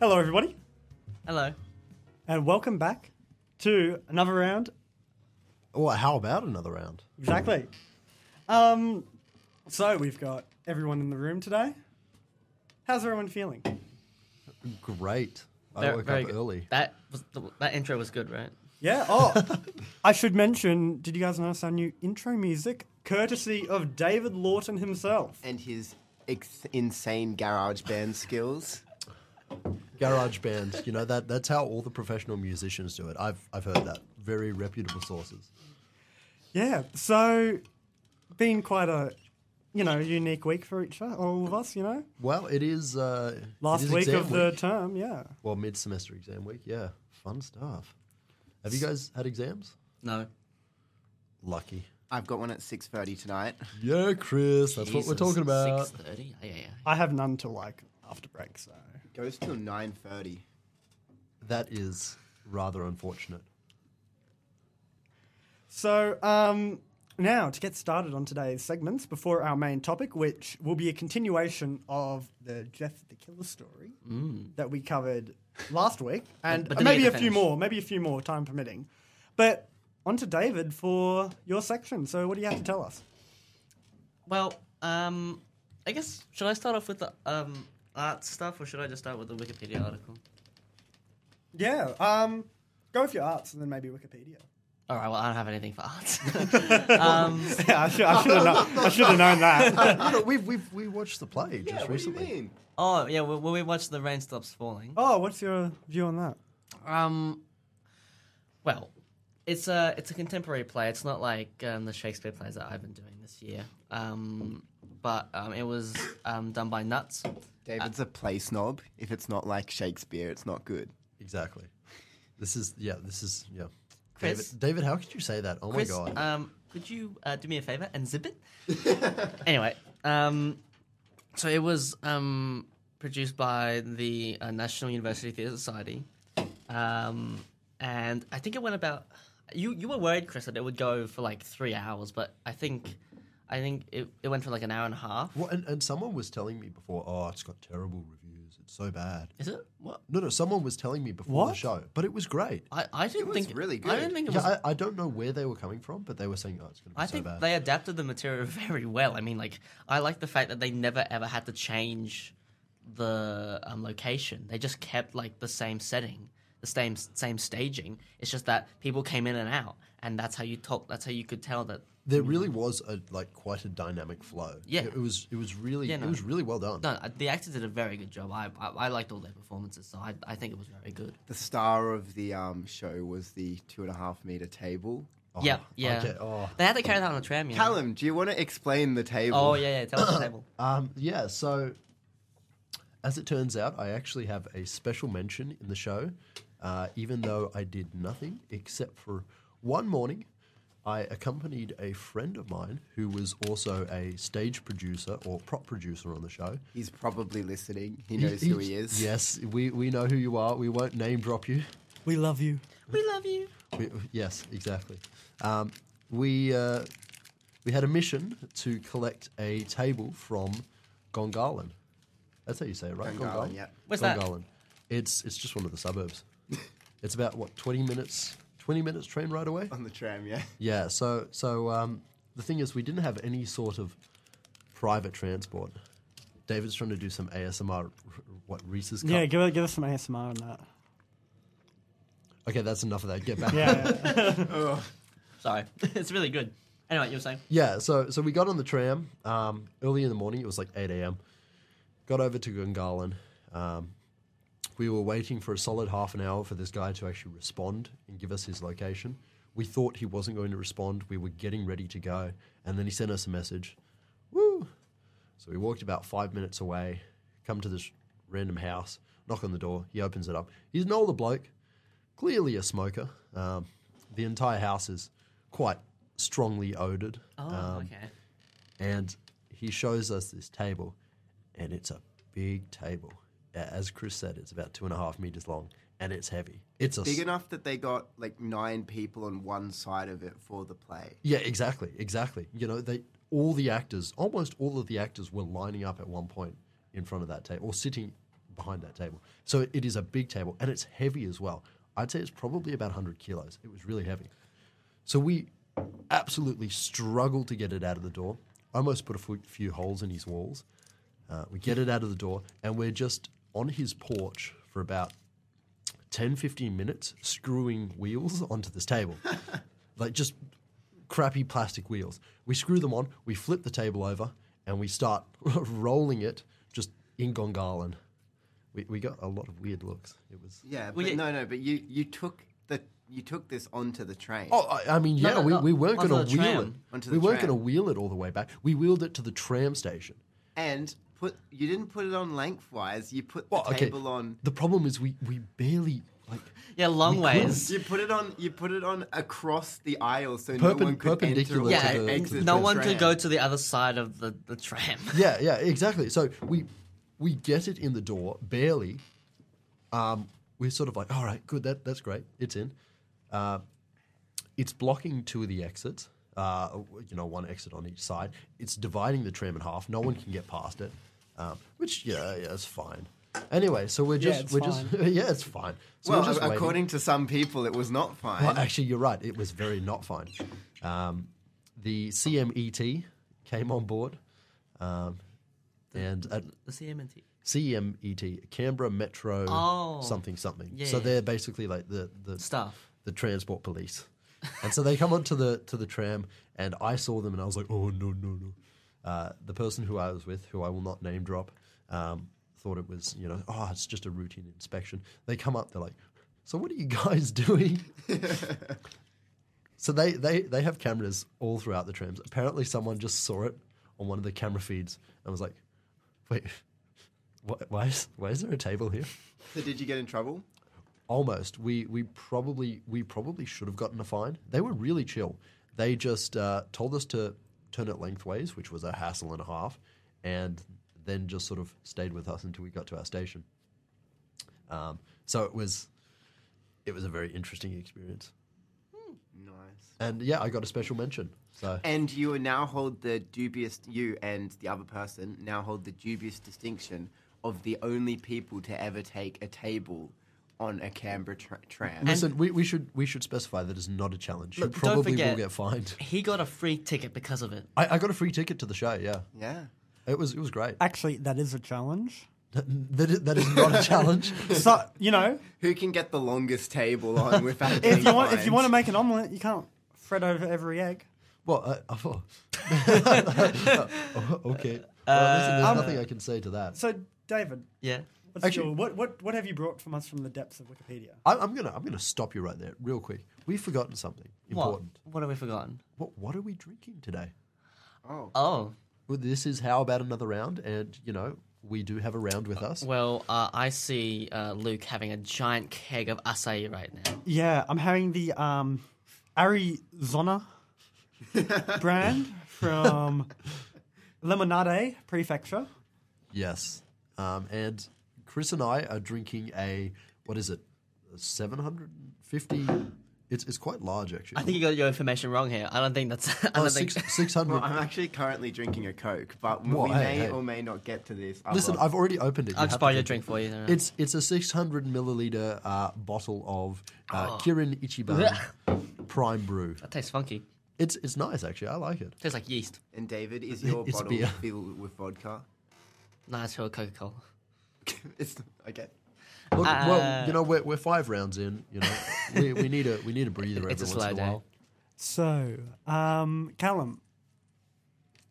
Hello, everybody, Oh, Hello. and welcome back to another round. Well, how about another round? Exactly. Um, so we've got everyone in the room today. How's everyone feeling? Great. I Very- woke very up good. early. That was the, that intro was good, right? Yeah. Oh, I should mention. Did you guys notice our new intro music, courtesy of David Lawton himself? and his ex- insane garage band skills. Garage band, you know that that's how all the professional musicians do it. I've I've heard that. Very reputable sources. Yeah. So, been quite a, you know, unique week for each o- all of us. You know, Well, it is uh it last is week exam of the week. term. Yeah. well mid semester exam week. Yeah, fun stuff. Have you guys had exams? No. Lucky. I've got one at six thirty tonight. Yeah, Chris. That's what we're talking about. Six thirty. Yeah, yeah, yeah. I have none till like after break. So. Goes till nine thirty. That is rather unfortunate. So, um, now to get started on today's segments before our main topic, which will be a continuation of the Jeff the Killer story that we covered last week, and but then we maybe a had to few finish. more, maybe a few more, time permitting. But on to David for your section. So, what do you have to tell us? Well, um, I guess should I start off with the um art stuff, or should I just start with the Wikipedia article? Yeah, um, go with your arts and then maybe Wikipedia. All right. Well, I don't have anything for arts. yeah, I should, I should have known, I should have known that. No, no, we've we've we watched the play just recently. oh yeah. Well, well, we watched the rain stops falling. Oh, what's your view on that? Um, well, it's a it's a contemporary play. It's not like um, the Shakespeare plays that I've been doing this year. Um, but um, it was um, done by Nuts. David's a play snob. If it's not like Shakespeare, it's not good. Exactly. This is yeah, this is yeah. Chris? David, David, how could you say that? Oh Chris, my god. um, could you uh, do me a favor and zip it? anyway, um, so it was um, produced by the uh, National University Theatre Society, um, and I think it went about. You you were worried, Chris, that it would go for like three hours, but I think, I think it, it went for like an hour and a half. Well, and, and someone was telling me before, oh, it's got terrible reviews. It's so bad. Is it? What? No, no, someone was telling me before the What? show, but it was great. I, I didn't was think really I didn't good. think it was. Yeah, I, I don't know where they were coming from, but they were saying, oh, it's going to be I so think bad. they adapted the material very well. I mean, like I like the fact that they never ever had to change the um, location. They just kept like the same setting, the same same staging. It's just that people came in and out, and that's how you talk. That's how you could tell that There really was a like quite a dynamic flow. Yeah. it, it was it was really Yeah, no. it was really well done. no, the actors did a very good job. I I, I liked all their performances, so I I think it was very good. The star of the um, show was the two and a half meter table. Oh, yeah, yeah. okay, oh. They had to carry that on a tram. You know? Callum, do you want to explain the table? Oh yeah, yeah. Tell us the table. Um, yeah, so as it turns out, I actually have a special mention in the show, uh, even though I did nothing except for one morning. I accompanied a friend of mine who was also a stage producer or prop producer on the show. He's probably listening. He knows who he is. Yes, we, we know who you are. We won't name drop you. We love you. We love you. We, yes, exactly. Um, we uh, we had a mission to collect a table from Gongalan. That's how you say it, right? Gongalan, yeah. Where's that? Gongalan. It's it's just one of the suburbs. it's about what twenty minutes twenty minutes train ride away. On the tram, yeah. Yeah. So so um, the thing is, we didn't have any sort of private transport. David's trying to do some ASMR. r- What Reese's cup? Yeah, give, give us some ASMR on that. Okay, that's enough of that. Get back. Yeah. Sorry, it's really good. Anyway, you were saying. Yeah, so so we got on the tram um, early in the morning. It was like eight a.m. Got over to Gungalan. Um, we were waiting for a solid half an hour for this guy to actually respond and give us his location. We thought he wasn't going to respond. We were getting ready to go, and then he sent us a message. Woo! So we walked about five minutes away, come to this random house, knock on the door. He opens it up. He's an older bloke, clearly a smoker. Um, the entire house is quite strongly odoured. Oh, Um, okay. and he shows us this table, and it's a big table. A- As Chris said, it's about two and a half meters long, and it's heavy. It's a s- Big enough that they got like nine people on one side of it for the play. yeah, exactly, exactly. You know, they all the actors, almost all of the actors, were lining up at one point in front of that table or sitting behind that table. So it is a big table and it's heavy as well. I'd say it's probably about 100 kilos. It was really heavy. So we absolutely struggled to get it out of the door. Almost put a fu- few holes in his walls. Uh, we get it out of the door and we're just on his porch for about 10, 15 minutes screwing wheels onto this table. like just crappy plastic wheels. We screw them on, we flip the table over, and we start rolling it just in Gongalan. We, we got a lot of weird looks. It was. Yeah, Well, but yeah. no, no. But you you took the you took this onto the train. Oh, I, I mean, No, yeah, no, we, no, we weren't onto going the to wheel it. tram. Onto We the weren't tram. going to wheel it all the way back. We wheeled it to the tram station. and put you didn't put it on lengthwise. You put the Well, okay. table on. The problem is we, we barely like Yeah, long We couldn't ways. You put it on. You put it on across the aisle, so Perpen- no one could enter perpendicular or to Yeah, the- and exit no the one could go tram. to the other side of the, the tram. yeah, yeah, exactly. So we we get it in the door barely. Um, we're sort of like, all right, good, that that's great, it's in. Uh, it's blocking two of the exits. Uh, you know, one exit on each side. It's dividing the tram in half. No one can get past it, um, which yeah, yeah, it's fine. Anyway, so we're Yeah, just it's we're just yeah, it's fine. So Well, we're just a- waiting. according to some people, it was not fine. Well, actually, you're right. It was very not fine. Um, the CMET came on board, um, and at The CMT. CMET, Canberra Metro Oh. something something. Yeah, so yeah, they're basically like the the Staff. the transport police. and so they come onto the to the tram, and I saw them, and I was like, oh no no no. Uh, the person who I was with, who I will not name drop, um, thought it was you know oh it's just a routine inspection. They come up, they're like, so what are you guys doing? So they, they, they have cameras all throughout the trams. Apparently, someone just saw it on one of the camera feeds and was like, wait, wh- why, is, why is there a table here? So did you get in trouble? Almost. We, we, probably, we probably should have gotten a fine. They were really chill. They just uh, told us to turn it lengthways, which was a hassle and a half, and then just sort of stayed with us until we got to our station. Um, so it was, it was a very interesting experience. Nice. And yeah, I got a special mention. So. And you now hold the dubious. You and the other person now hold the dubious distinction of the only people to ever take a table on a Canberra tra- tram. Listen, we, we should we should specify that it's not a challenge. You Look, don't probably will forget- get fined. He got a free ticket because of it. I, I got a free ticket to the show. Yeah, yeah. it was it was great. Actually, that is a challenge. That is, that is not a challenge. So you know, Who can get the longest table on without if getting you want, if you fined? want to make an omelette, you can't fret over every egg. Well, uh, oh. Oh, okay. Well, listen, there's nothing I can say to that. So, David, Yeah. what's Actually- your, what what what have you brought from us from the depths of Wikipedia? I, I'm gonna I'm gonna stop you right there, real quick. We've forgotten something important. What? What have we forgotten? What what are we drinking today? Oh. Oh, Well, this is how about another round, and you know we do have a round with us. well, uh, I see uh, Luke having a giant keg of acai right now. Yeah, I'm having the um, Arizona brand from Lemonade Prefecture. Yes. Um, and Chris and I are drinking a what is it? Seven hundred and fifty. It's it's quite large actually. I think you got your information wrong here. I don't think that's. I don't oh, think. six six hundred. Well, I'm actually currently drinking a Coke, but we Well, hey, may hey. or may not get to this. other- Listen, I've already opened it. You I'll just have to buy your drink drink it. for you. It's it's a six hundred milliliter uh, bottle of Oh. uh, Kirin Ichiban Prime Brew. that tastes funky. It's it's nice actually. I like it. Tastes like yeast. and David, is your It's bottle beer. filled with vodka? Nah, it's for Coca Cola. it's okay. Look, Uh, well, you know we're, we're five rounds in. You know we, we need a we need a breather every It's a once slow in a day. while. So, um, Callum,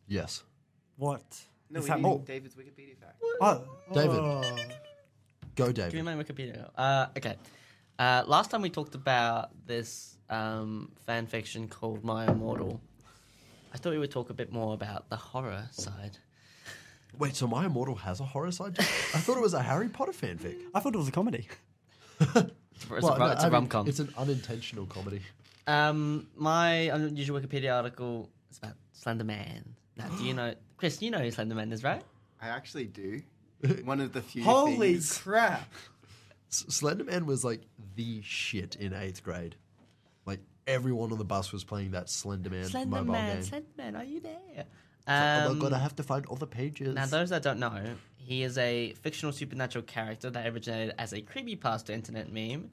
Yes, what No, is we need happening? David's Wikipedia fact. Oh, David. oh. go Give me David. my Wikipedia. Uh, okay. Uh, last time we talked about this um, fan fiction called My Immortal. I thought we would talk a bit more about the horror side. Wait, so my immortal has a horror side? to it? I thought it was a Harry Potter fanfic. I thought it was a comedy. It's, a- it's Well, a, rom- no, it's I a mean, rom com. It's an unintentional comedy. Um, my unusual Wikipedia article is about Slender Man. Now, do you know, Chris? You know who Slender Man is, right? I actually do. One of the few. Holy things- crap! S- Slender Man was like the shit in eighth grade. Like everyone on the bus was playing that Slender Man Slender mobile Man, game. Slender Man, are you there? It's like, oh Um, my god, I have to find all the pages. now, those that don't know, he He is a fictional supernatural character that originated as a creepypasta internet meme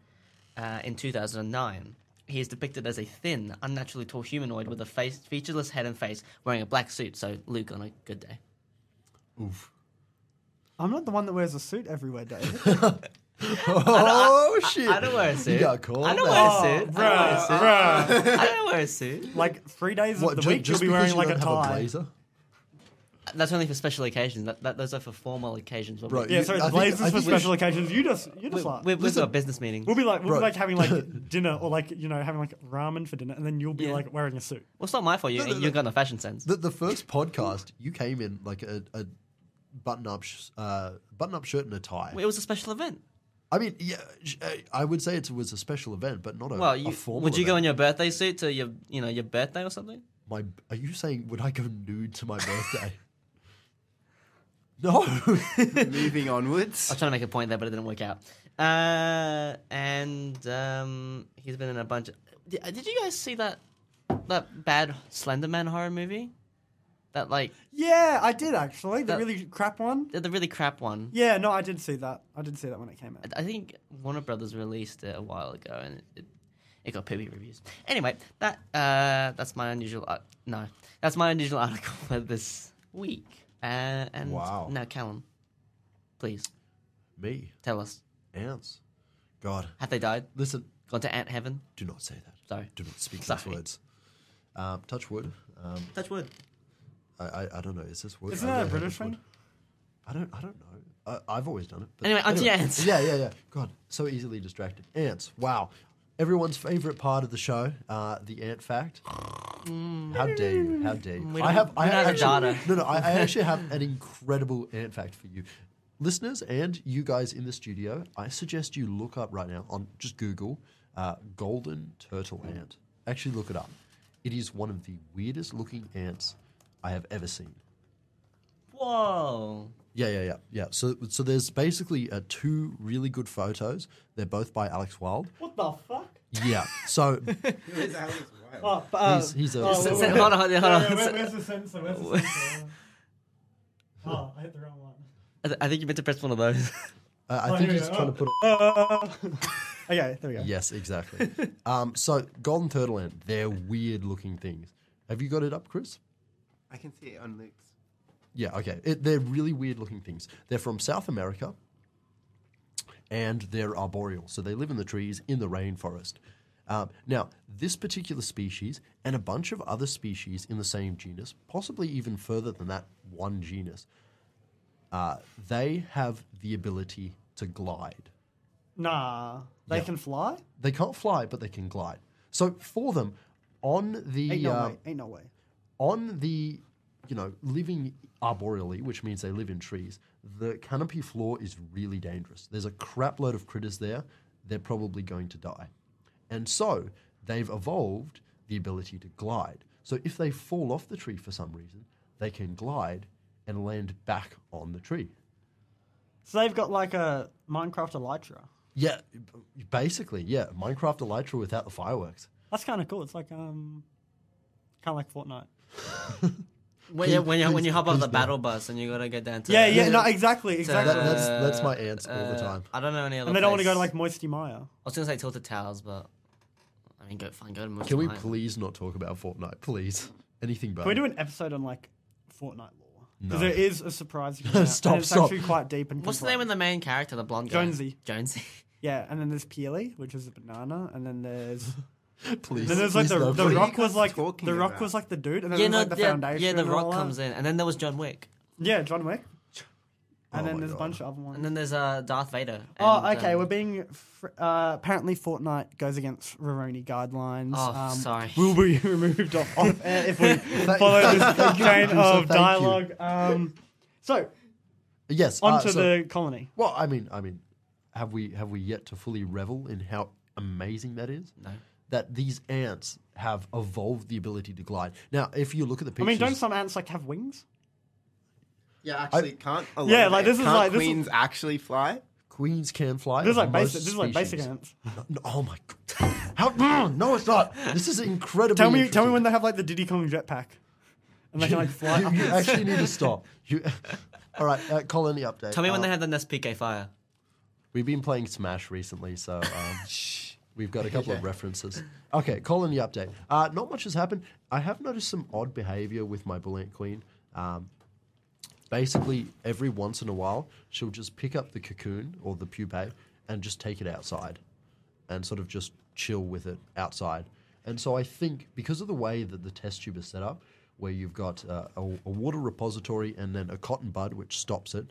uh, in 2009. He is depicted as a thin, unnaturally tall humanoid with a face, featureless head and face, wearing a black suit. So Luke on a good day. Oof. I'm not the one that wears a suit everywhere, David. Oh shit! I don't wear a suit. You got called. I don't wear a Oh, man. suit. I don't wear a bruh, suit. bruh. I don't wear a suit. Like three days What, of the ju- week, just you'll be because wearing you like a don't have tie. blazer? That's only for special occasions. That, that those are for formal occasions. where we- Right, yeah, You- sorry, I the think- blazers I for think we special occasions. You just, you just like. we, we've Listen. got business meetings. We'll be like, we'll Bro. be like having like dinner or like you know having like ramen for dinner, and then you'll be Yeah. like wearing a suit. Well, it's not my fault. You, No, no, no. you've got no fashion sense. The, the first podcast, you came in like a, a button up sh- uh, button up shirt and a tie. it was a special event. I mean, yeah, sh- uh, I would say it was a special event, but not a, Well, a you, formal. would you go event. in your birthday suit to your, you know, your birthday or something? My, are you saying would I go nude to my birthday? no. Moving onwards. I was trying to make a point there, but it didn't work out. Uh, and um, he's been in a bunch. Of, did, did you guys see that that bad Slender Man horror movie? That like Yeah, I did actually. The That- really crap one. the, the really crap one. Yeah, no, I did see that. I did see that when it came out. I think Warner Brothers released it a while ago, and it it got poopy reviews. Anyway, that uh, that's my unusual ar- no, that's my unusual article for this week. Uh, and Wow. now Callum, please Me, tell us ants. God, have they died? listen. Gone to ant heaven? Do not say that. Sorry. Do not speak those Sorry. words. Um, touch wood. Um, Touch wood. I, I, I don't know. Is this wood? Isn't I that a really hope British it's wood. thing? I don't. I don't know. I, I've always done it. But Anyway, onto your ants. Yeah, yeah, yeah. God, so easily distracted. Ants. Wow. Everyone's favorite part of the show, uh, the ant fact. How dare you? How dare you? Mm. We I don't- have. we I don't have the actually, data. No, no. I, I actually have an incredible ant fact for you, listeners, and you guys in the studio. I suggest you look up right now on just Google uh, golden turtle ant. Actually, look it up. It is one of the weirdest looking ants I have ever seen. Whoa. Yeah, yeah, yeah, yeah. So, so there's basically uh, two really good photos. They're both by Alex Wild. What the fuck? Yeah. So Oh, but, uh, He's- he's a- oh, Just wait, a- wait, hold on, hold on, hold wait, on. wait, where's the sensor? Where's the sensor? oh, I hit the wrong one. I, th- I think you meant to press one of those. uh, Oh, I here think we he's go. trying to put. Uh, okay, there we go. Yes, exactly. um, so golden turtle ant. They're weird looking things. Have you got it up, Chris? I can see it on Luke's. Yeah. Okay. It, they're really weird looking things. They're from South America, and they're arboreal. So they live in the trees in the rainforest. Um, now, this particular species and a bunch of other species in the same genus, possibly even further than that one genus, uh, they have the ability to glide. Nah, they Yeah. can fly. They can't fly, but they can glide. So for them, on the Ain't no uh, way. Ain't no way. on the you know living arboreally which means they live in trees the canopy floor is really dangerous there's a crap load of critters there they're probably going to die and so they've evolved the ability to glide so if they fall off the tree for some reason they can glide and land back on the tree So they've got like a Minecraft Elytra. yeah basically yeah minecraft elytra without the fireworks That's kind of cool. It's like um, kind of like Fortnite. when, you, when, you, when you hop off Please the do. battle bus and you gotta go down to. Yeah, yeah, yeah. no, exactly, exactly. That- that's- that's my ants all the uh, time. I don't know any other. and they don't want to go place. to like Moisty Maya. I was gonna say Tilted Towers, but I mean, go fine, go to Moose can we Mine. please not talk about fortnite please anything but Can we do an episode on like Fortnite lore? No. Because there is a surprise. coming out, Stop, and It's stop. actually quite deep and. What's the name of the main character, the blonde guy? Jonesy. Jonesy. Yeah, and then there's Peely, which is a banana, and then there's please, then there's like please the, no, the please. What are you rock guys was like talking the rock about? was like the dude, and then yeah, there's no, like the yeah, foundation. yeah, the and Rock all that. comes in, and then there was John Wick, Yeah, John Wick, and Oh then my there's God. a bunch of other ones. and then there's uh, Darth Vader. Oh, and, okay. um, We're being fr- uh, apparently Fortnite goes against Roroni guidelines. Um, Oh, sorry. We'll be removed off, off air if we follow this chain you, of thank you. dialogue. Um, so yes uh, onto so- the colony. Well, I mean, I mean, have we have we yet to fully revel in how amazing that is? No. That these ants have evolved the ability to glide. Now, if you look at the I pictures, mean, don't some ants like have wings? Yeah, actually, can't. a lot Yeah, of like, it- this is can't like- this is- queens actually fly. queens can fly. This is of like basic. most This is like basic species. ants. No, oh my god! How? no, it's not. This is incredibly. Tell me, tell me interesting. when they have like the Diddy Kong jetpack, and and they can like fly You, up. you actually need to stop. You, all right, uh, Colin, the update. Tell me when Uh, they had the NSPK fire. We've been playing Smash recently, so um, we've got a couple of references. Okay, Colin, the update. Uh, not much has happened. I have noticed some odd behavior with my Brilliant Queen. Um, basically, every once in a while, she'll just pick up the cocoon or the pupae and just take it outside and sort of just chill with it outside. And so I think because of the way that the test tube is set up, where you've got uh, a, a water repository and then a cotton bud which stops it,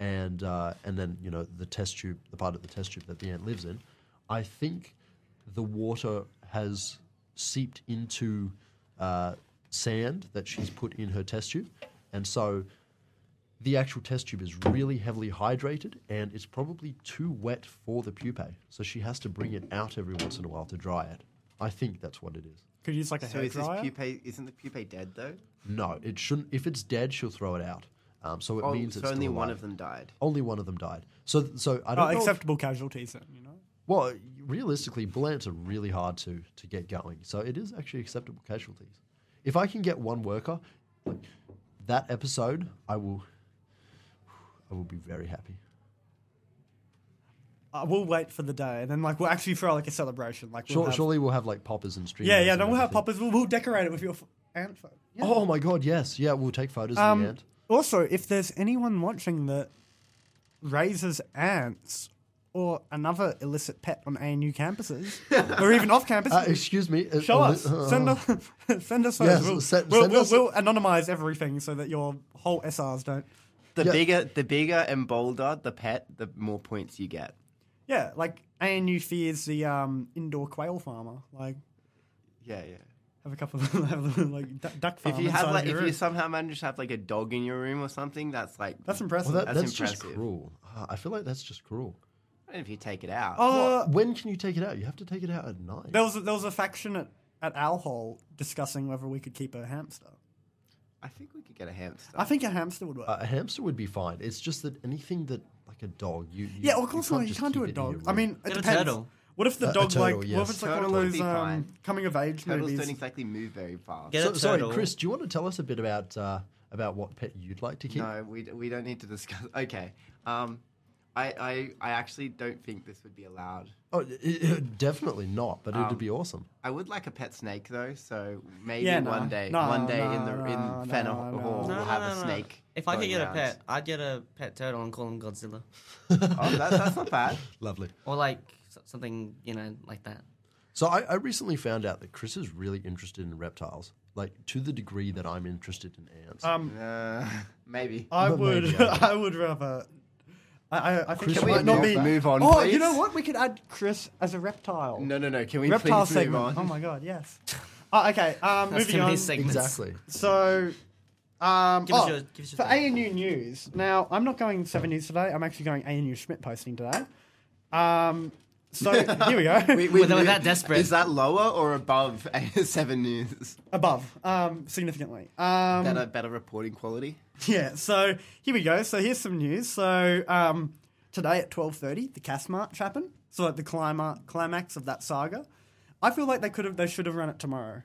and uh, and then you know the test tube, the part of the test tube that the ant lives in, I think the water has seeped into uh, sand that she's put in her test tube, and so the actual test tube is really heavily hydrated and it's probably too wet for the pupae. So she has to bring it out every once in a while to dry it. I think that's what it is. Could use like a So hair is this dryer. pupae? Isn't the pupae dead though? No, it shouldn't. If it's dead, she'll throw it out. Um, so it Oh, means so it's only still one alive. of them died. Only one of them died. So, so I oh, don't know. if- acceptable casualties, then, you know. well, realistically, bull ants are really hard to to get going. So it is actually acceptable casualties. If I can get one worker, like that episode, I will. I will be very happy. Uh, we'll wait for the day, and then like we'll actually throw like a celebration. Like, we'll Sure, have, surely we'll have like poppers and streamers. yeah, yeah. and Then we'll have everything. poppers. We'll, we'll decorate it with your f- ant photo. Oh my god, yes. Yeah, we'll take photos of the Um, ant. also, if there's anyone watching that raises ants or another illicit pet on ANU campuses or even off campus, Uh, excuse me. uh, show uh, us. uh, Send us. send us. Yes, those. we'll, send- we'll, send we'll, us- we'll anonymize everything so that your whole SRs don't. The Yeah. bigger, the bigger and bolder the pet, the more points you get. Yeah, like ANU fears the um, indoor quail farmer. Like, Yeah, yeah. have a couple of have a, like du- duck farm. If you have inside like, your if room. you somehow manage to have like a dog in your room or something, that's like, that's Well, impressive. that, that's, That's just impressive. cruel. Uh, I feel like that's just cruel. I don't know if you take it out. Uh, when can you take it out? You have to take it out at night. There was a, there was a faction at at Owl Hole discussing whether we could keep a hamster. I think we could get a hamster. I think a hamster would work. Uh, a hamster would be fine. It's just that anything that like a dog, you, you yeah, of course you not. can't You just can't do keep a it in your dog. I room. mean, it Get a depends. turtle. What if the A- a dog turtle, like? What yes. if it's like one Turtle of would those be um, fine. coming of age Turtles movies? don't exactly move very fast. Get So- a sorry, turtle. Chris. Do you want to tell us a bit about uh, about what pet you'd like to keep? No, we, we don't need to discuss. Okay. Um, I, I, I actually don't think this would be allowed. Oh, i- i- definitely not. But it'd be awesome. I would like a pet snake though, so maybe Yeah, no. one day, No, one day in the no, in no, Fenner no, no. Hall, No, we'll have a snake. If I could going get around. a pet, I'd get a pet turtle and call him Godzilla, oh, that, that's not bad. Lovely. or like s- something you know like that. So I, I recently found out that Chris is really interested in reptiles, like to the degree that I'm interested in ants. Um, Uh, maybe. I But would. maybe I I would rather. I, I, I think Chris, it Can we might not move be. that? move on, Oh, please? you know what? We could add Chris as a reptile. No, no, no. Can we reptile please segment. move on? Oh my god, yes. Oh, okay, That's um, moving too many on. segments. exactly. So, um, Give us oh, your- give us your for thing. ANU news. Now, I'm not going seven news today. I'm actually going ANU Schmidt posting today. Um, so here we go. We- we We're moved- that desperate. Is that lower or above seven news? Above, um, significantly. Um, Better, better reporting quality. Yeah, so here we go. So here's some news. So um, today at 12.30, the cast march happened. So like the clima- climax of that saga. I feel like they could have, they should have run it tomorrow.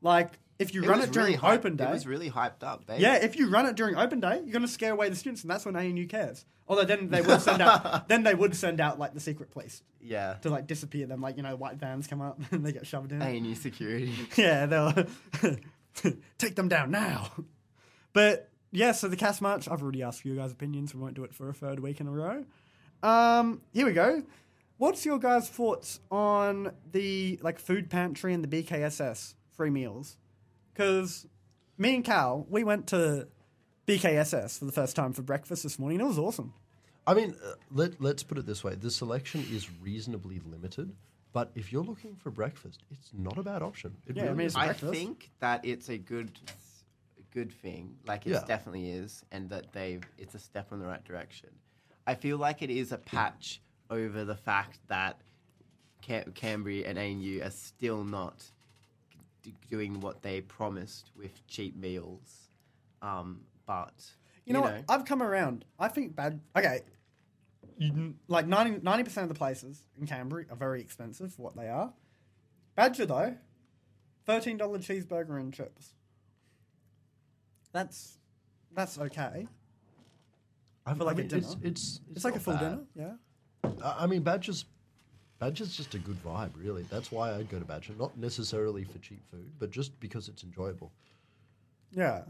Like, if you run Hmm. was it during really hyped- open day. It was really hyped up, baby. yeah, if you run it during open day, you're going to scare away the students, and that's when ANU cares. Although then they would send out, then they would send out like the secret police yeah. to like disappear them. Like you know, white vans come up and they get shoved in. A&E security. Yeah, they'll take them down now. But yeah, so the cast march, I've already asked for your guys' opinions. We won't do it for a third week in a row. Um, here we go. What's your guys' thoughts on the like food pantry and the BKSS free meals? Because me and Cal, we went to BKSS for the first time for breakfast this morning. It was awesome. I mean, uh, let, let's put it this way the selection is reasonably limited, but if you're looking for breakfast, it's not a bad option. It Yeah, I really mean, is. it's I breakfast. think that it's a good, good thing. Like it Yeah. definitely is, and that they've it's a step in the right direction. I feel like it is a patch over the fact that Cam- Cambry and ANU are still not d- doing what they promised with cheap meals. Um, but You know, what? I've come around. I think bad. Okay. You- Like 90 percent of the places in Canberra are very expensive for what they are. Badger though, thirteen dollar cheeseburger and chips. That's that's okay. I For like a dinner? It's, it's, It's, like a not full bad. dinner, yeah. I I mean, Badger's, Badger's just a good vibe, really. That's why I'd go to Badger. Not necessarily for cheap food, but just because it's enjoyable. Yeah.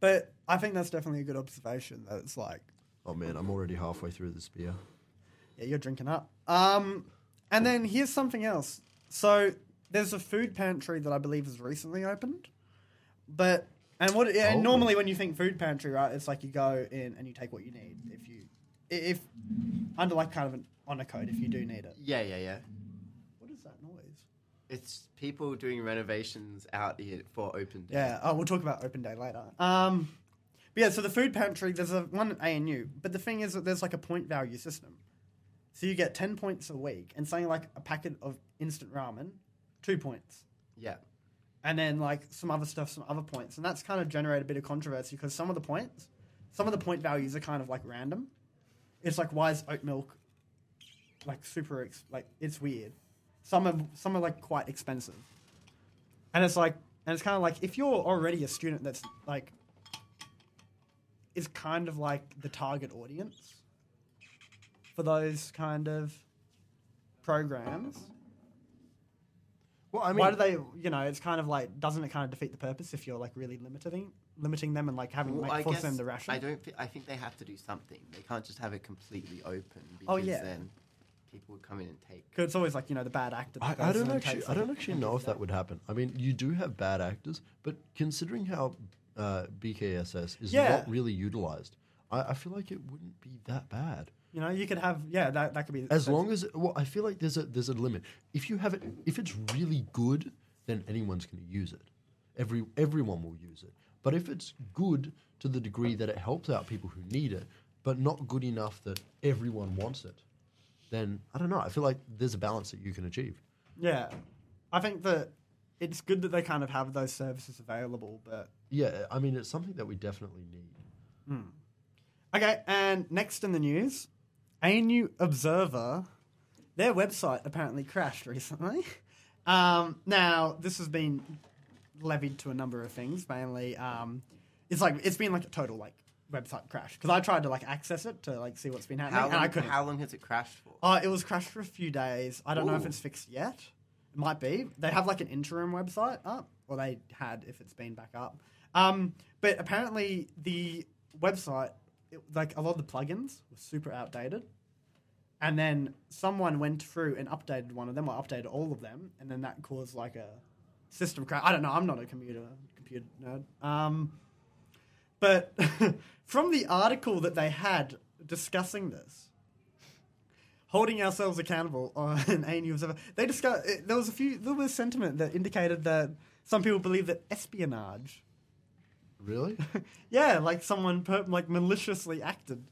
But I think that's definitely a good observation that it's like, Oh man, I'm already halfway through this beer. yeah, you're drinking up. Um, and then here's something else. So there's a food pantry that I believe is recently opened. But, and what, yeah, and Oh. normally when you think food pantry, right, it's like you go in and you take what you need if you, i- if, under like kind of an honor code if you do need it. Yeah, yeah, yeah. What is that noise? It's people doing renovations out here for open day. Yeah, oh, we'll talk about open day later. Um, but yeah, so the food pantry, there's a one at ANU, but the thing is that there's like a point value system. So you get 10 points a week and something like a packet of instant ramen, two points. Yeah. And then like some other stuff, some other points. And that's kind of generated a bit of controversy because some of the points, some of the point values are kind of like random. It's like, why is oat milk like super, ex- like it's weird. Some are, some are like quite expensive. And it's like, and it's kind of like if you're already a student that's like, is kind of like the target audience for those kind of programs. Well, I Why do they, you know, it's kind of like, doesn't it kind of defeat the purpose if you're like really limiting limiting them and like having Well, like I force guess them to ration? I don't. thi- I think they have to do something. They can't just have it completely open. Because Oh, yeah. Then people would come in and take. 'Cause it's always like you know the bad actor. that I, goes I in don't and actually, takes, I like, don't actually know if that would happen. I mean, you do have bad actors, but considering how uh, BKSS is Yeah. not really utilized, I, I feel like it wouldn't be that bad. You know, you could have yeah, that that could be As long as, well, I feel like there's a there's a limit. If you have it, if it's really good, then anyone's going to use it. Every everyone will use it. But if it's good to the degree that it helps out people who need it, but not good enough that everyone wants it, then I don't know. I feel like there's a balance that you can achieve. yeah, I think that it's good that they kind of have those services available, but Yeah, I mean, it's something that we definitely need. Okay, and next in the news, a new observer. Their website apparently crashed recently. Um, now, this has been levied to a number of things. Mainly, um, it's like it's been like a total like website crash because I tried to like access it to like see what's been happening, How and I long, couldn't. how long has it crashed for? Uh, it was crashed for a few days. I don't know if Ooh. it's fixed yet. It might be. They have like an interim website up, or they had if it's been back up. Um, but apparently the website, it, like a lot of the plugins, were super outdated. And then someone went through and updated one of them, or updated all of them, and then that caused like a system crash. I don't know. I'm not a computer computer nerd. Um, but from the article that they had discussing this, holding ourselves accountable on an annual observer, they discuss, eh, there was a few there was sentiment that indicated that some people believe that espionage, Really? yeah, like someone per- like maliciously acted.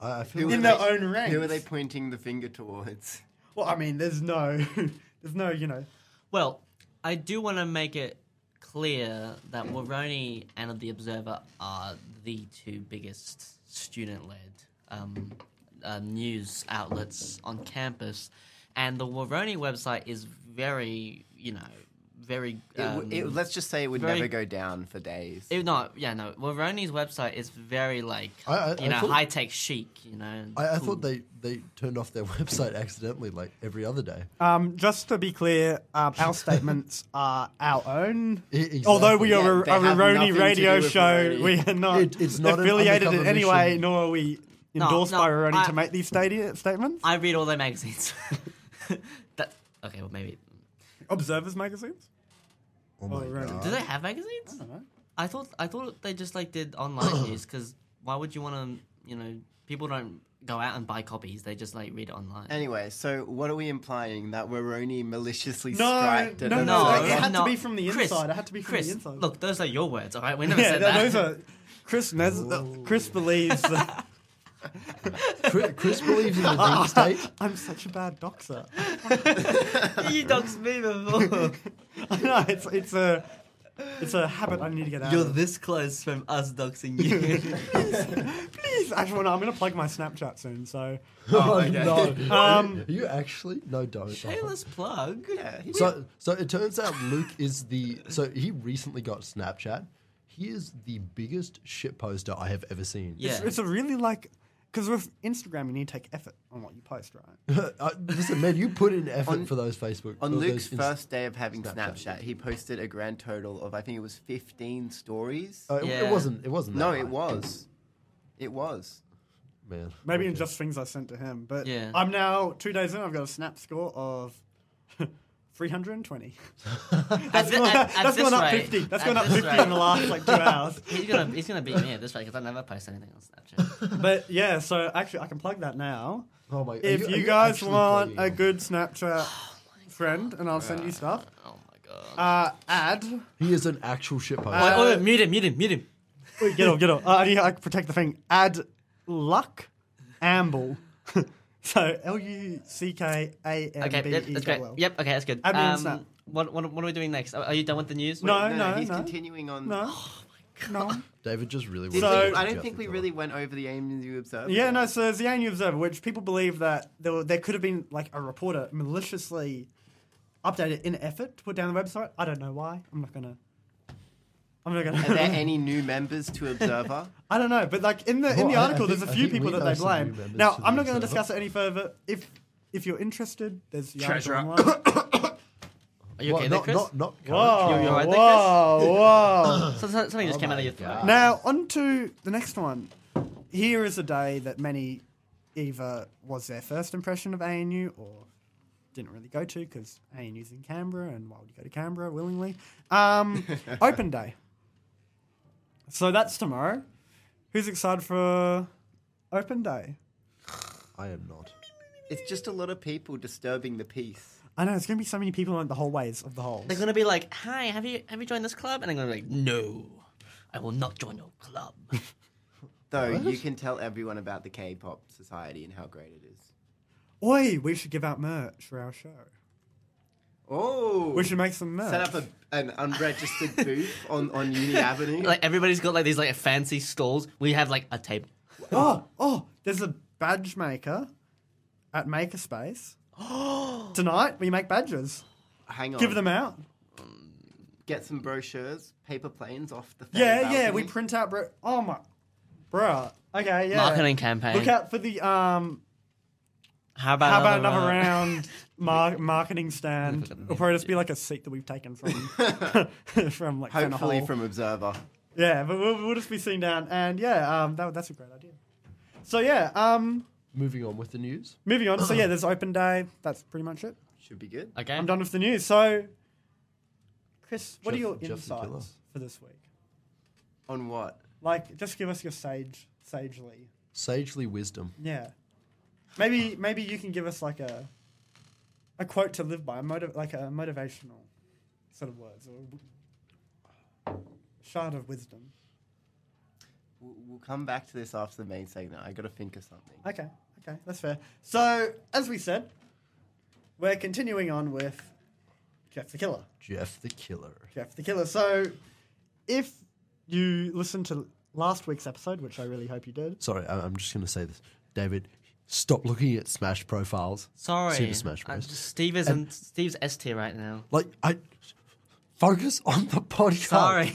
I, I feel Who like In are their they- own Who are ranks. they pointing the finger towards? Well, I mean, there's no, there's no, you know, Well, I do want to make it clear that Waroni and The Observer are the two biggest student led um, uh, news outlets on campus. And the Waroni website is very, you know, very. It, w- um, it, let's just say it would very- never go down for days. it- no, yeah, no. Waroni's website is very like I- I- you I know thought- high tech chic, you know. and I, I cool. thought they, they turned off their website accidentally, like every other day. Um, just to be clear, um, our statements are our own. E- exactly. Although we Yeah, are they a, a have nothing Roroni to radio do with show, Roroni. we are not, It- it's not an affiliated in undercover any way, mission. nor are we No, endorsed no, by Roroni I- to make these stati- statements. I read all their magazines. that okay, well maybe. Observers magazines? Oh my Oh, right. god. Do they have magazines? I don't know. I thought I thought they just like did online news because why would you want to? You know, people don't go out and buy copies; they just like read it online. Anyway, so what are we implying that Weroni maliciously No, striped it? no, and no, it's it had to no. be from the Chris, inside. It had to be from the Chris, inside. Look, those are your words, all right? We never Yeah, said no, that. those are. Chris, knows, uh, Chris believes that. Chris, Chris believes in the deep state. I'm such a bad doxer. you doxed me before. I know, it's, it's, a, it's a habit I need to get out You're of. this close from us doxing you. Please, actually, no, I'm going to plug my Snapchat soon, so. Oh, okay. no. Um, Are you actually? No, don't. Uh-huh. Shameless plug. Yeah, he- So, so it turns out Luke is the. So he recently got Snapchat. He is the biggest shit poster I have ever seen. Yeah. It's, it's a really like because with Instagram you need to take effort on what you post, right? uh, listen, man, you put in effort On- for those Facebook. On or those Luke's Inst- first day of having Snapchat. Snapchat, he posted a grand total of I think it was 15 stories. Uh, it, it Yeah. wasn't. It wasn't. Oh, no, that it high. was. It was. Man, Maybe in okay. just things I sent to him. But Yeah. I'm now two days in. I've got a snap score of. 320. That's, thi- gone, at- at that's this gone up rate- 50. That's at gone up this 50 in the rate. last like two hours. He's gonna he's gonna beat me at this rate because I never post anything on Snapchat. But yeah, so actually, I can plug that now. Oh my! are If are you, guys actually want blogging? a good Snapchat friend, and I'll send you stuff, Oh my god. uh, ad. he is an actual shit poster. Uh, oh, oh, mute him, mute him, mute him. Wait, get off, get off. Uh, I need to like, protect the thing. Add luck amble. so L U C K A Okay, M B that- E that's great. L L. Yep, okay, that's good. Add me on Snap. Um, what, what, what are we doing next? Are are you done with the news? No, no, he's no. continuing on. No. No. David just really. Did So- wants to we- get I don't Jeff think to we go. really went over the aims you observed. Yeah, no, so there's the ANU Observer, which people believe that there, were- there could have been like a reporter maliciously updated in effort to put down the website. I don't know why. I'm not gonna. I'm not Are there gonna. any new members to Observer? I don't know, but like in the in Well, the I- I article, think- there's a I few think people we that know they some new blame. members Now, to the I'm not going to Observer. discuss it any further. If if you're interested, there's the Treasurer. article online. Are you Well, okay not, there, Chris? Not, not Whoa, You- current. you alright there, whoa, whoa. So- so- something just Oh came out my of your God. throat. now, on to the next one. Here is a day that many either was their first impression of ANU or didn't really go to because ANU's in Canberra, and why would you go to Canberra willingly? Um, open day. So that's tomorrow. Who's excited for open day? I am not. it's just a lot of people disturbing the peace. I know, it's going to be so many people on the hallways of the halls. They're gonna be like, "Hi, have you have you joined this club?" And I'm gonna be like, "No, I will not join your club." Though you can tell everyone about the K-pop society and how great it is. Oi, we should give out merch for our show. Oh, We should make some merch. set up a, an unregistered booth on on Uni Avenue. like everybody's got like these like fancy stalls. We have like a table. oh, oh, there's a badge maker at Makerspace. Tonight, we make badges. Hang on, Give them out. get some brochures, paper planes off the. Yeah, ferry yeah, we balcony. print out. Bro- oh, my. Bruh. Okay, yeah. Marketing campaign. Look out for the. um. How about How about another Uh, round mar- marketing stand? It'll probably just be like a seat that we've taken from from like Fenner Hopefully Hall. from Observer. Yeah, but we'll, we'll just be sitting down, and yeah, um, that, that's a great idea. So yeah, um, Moving on with the news. moving on. So yeah, there's open day. That's pretty much it. Should be good. Okay. I'm done with the news. So, Chris, what Jeff- are your Jeff the Killer. insights for this week? On what? Like, just give us your sage, sagely. Sagely wisdom. Yeah, maybe maybe you can give us like a a quote to live by, a motiv- like a motivational sort of words or shard of wisdom. We'll we'll come back to this after the main segment. I got to think of something. Okay, okay, that's fair. So, as we said, we're continuing on with Jeff the Killer. Jeff the Killer. Jeff the Killer. So, if you listened to last week's episode, which I really hope you did, Sorry, I, I'm just going to say this, David. Stop looking at Smash profiles. Sorry. Super Smash Uh, Bros. Steve is in, Steve's S tier right now. Like I focus on the podcast. Sorry.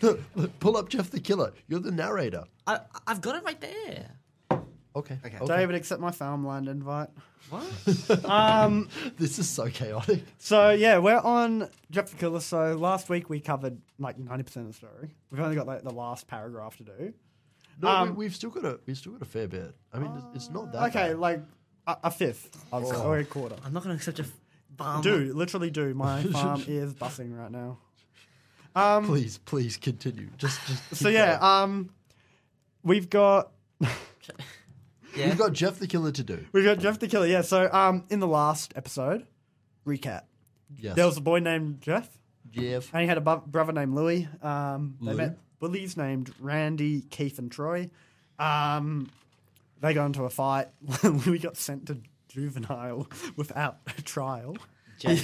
look, look, pull up Jeff the Killer. You're the narrator. I I've got it right there. Okay. Okay. David accept my farmland invite. What? Um, This is so chaotic. so yeah, we're on Jeff the Killer. So last week we covered like ninety percent of the story. We've only got like the last paragraph to do. No, Um, we, we've still got a we've still got a fair bit. I mean, it's, it's not that. Okay, bad. like a, a fifth or, or a quarter. I'm not gonna accept your bomb. Do literally do. My farm is bussing right now. Um, please, please continue. Just, just. So keep yeah, going. um, we've got Yeah. um, we've got Jeff the Killer to do. we've got Jeff the Killer. Yeah. So um, in the last episode, recap. Yes. There was a boy named Jeff, Jeff. and he had a bu- brother named Louis. Um, they Lou. met bullies named Randy, Keith, and Troy. Um, they got into a fight. Louis got sent to juvenile without a trial.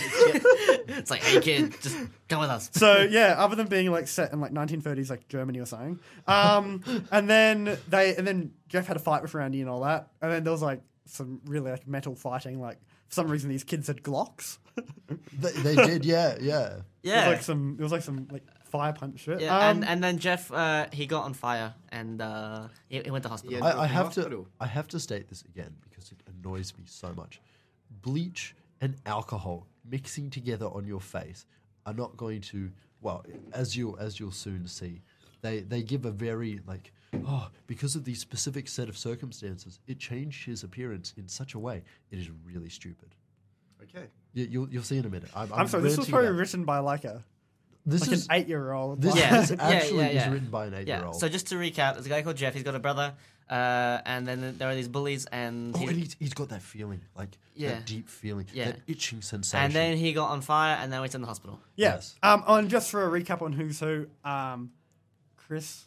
it's like, hey kid, just come with us. So yeah, other than being like set in like 1930s like Germany or something, um, and then they and then Jeff had a fight with Randy and all that, and then there was like some really like metal fighting. Like for some reason, these kids had Glocks. They, they did. Yeah, yeah. It was Yeah. like some. It was like some like fire punch it. Yeah, Um, and, and then Jeff, uh, he got on fire and uh, he, he went to hospital. Yeah. I, I have to Hospital. I have to state this again because it annoys me so much. Bleach and alcohol mixing together on your face are not going to well, as you will as you'll soon see, they they give a very like oh because of the specific set of circumstances, it changed his appearance in such a way. It is really stupid. Okay. You, you'll you'll see in a minute. I'm, I'm sorry, this was ranting probably about- written by like a this like is an eight year old. this Yeah, is yeah, actually yeah, yeah. is written by an eight year Yeah. old. So just to recap, there's a guy called Jeff. He's got a brother, uh, and then there are these bullies, and, Oh, he- and he's, he's got that feeling, like Yeah. that deep feeling, Yeah. that itching sensation. and then he got on fire, and then went in the hospital. yes. Yes. Um, and just for a recap on who's who, um, Chris,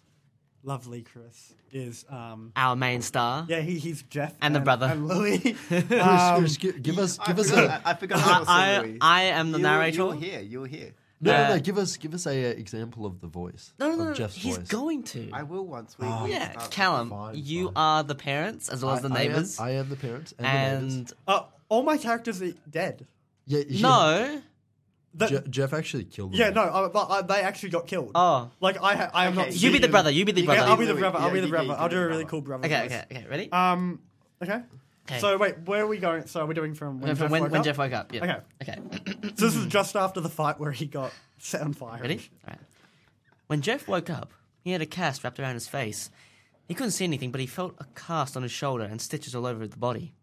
lovely Chris, is um, Our main star. yeah, he, he's Jeff And the brother. and Lily. Chris, um, Chris, gi- give us, I give us forgot, a I I forgot I, was I, Louis. I, I am the You- narrator. You were here. You were here. no, no, Uh, no, give us, give us a, uh example of the voice. No, no, of no. Jeff's he's voice. going to. I will once. We, we Oh, yeah, start- Callum, Fine, you fine. are the parents as well as the I am- neighbors, I am, the parents and, the neighbors. and uh, all my characters are dead. Yeah, yeah. no, The- Je- Jeff actually killed. them yeah, all. no, uh, but uh, they actually got killed. oh, like I, ha- I am Okay, not. You be the brother, you be the can brother. I'll be do the it. brother. I'll Yeah, be the yeah, you brother. can I'll do the a really brother. cool brother. okay, voice. okay, okay, ready? Um, okay. 'Kay. So wait, where are we going? So are we doing from when When, Jeff when, woke when up? Jeff woke up, yeah. Okay, So this is just after the fight where he got set on fire. ready? All right. When Jeff woke up, he had a cast wrapped around his face. He couldn't see anything, but he felt a cast on his shoulder and stitches all over the body.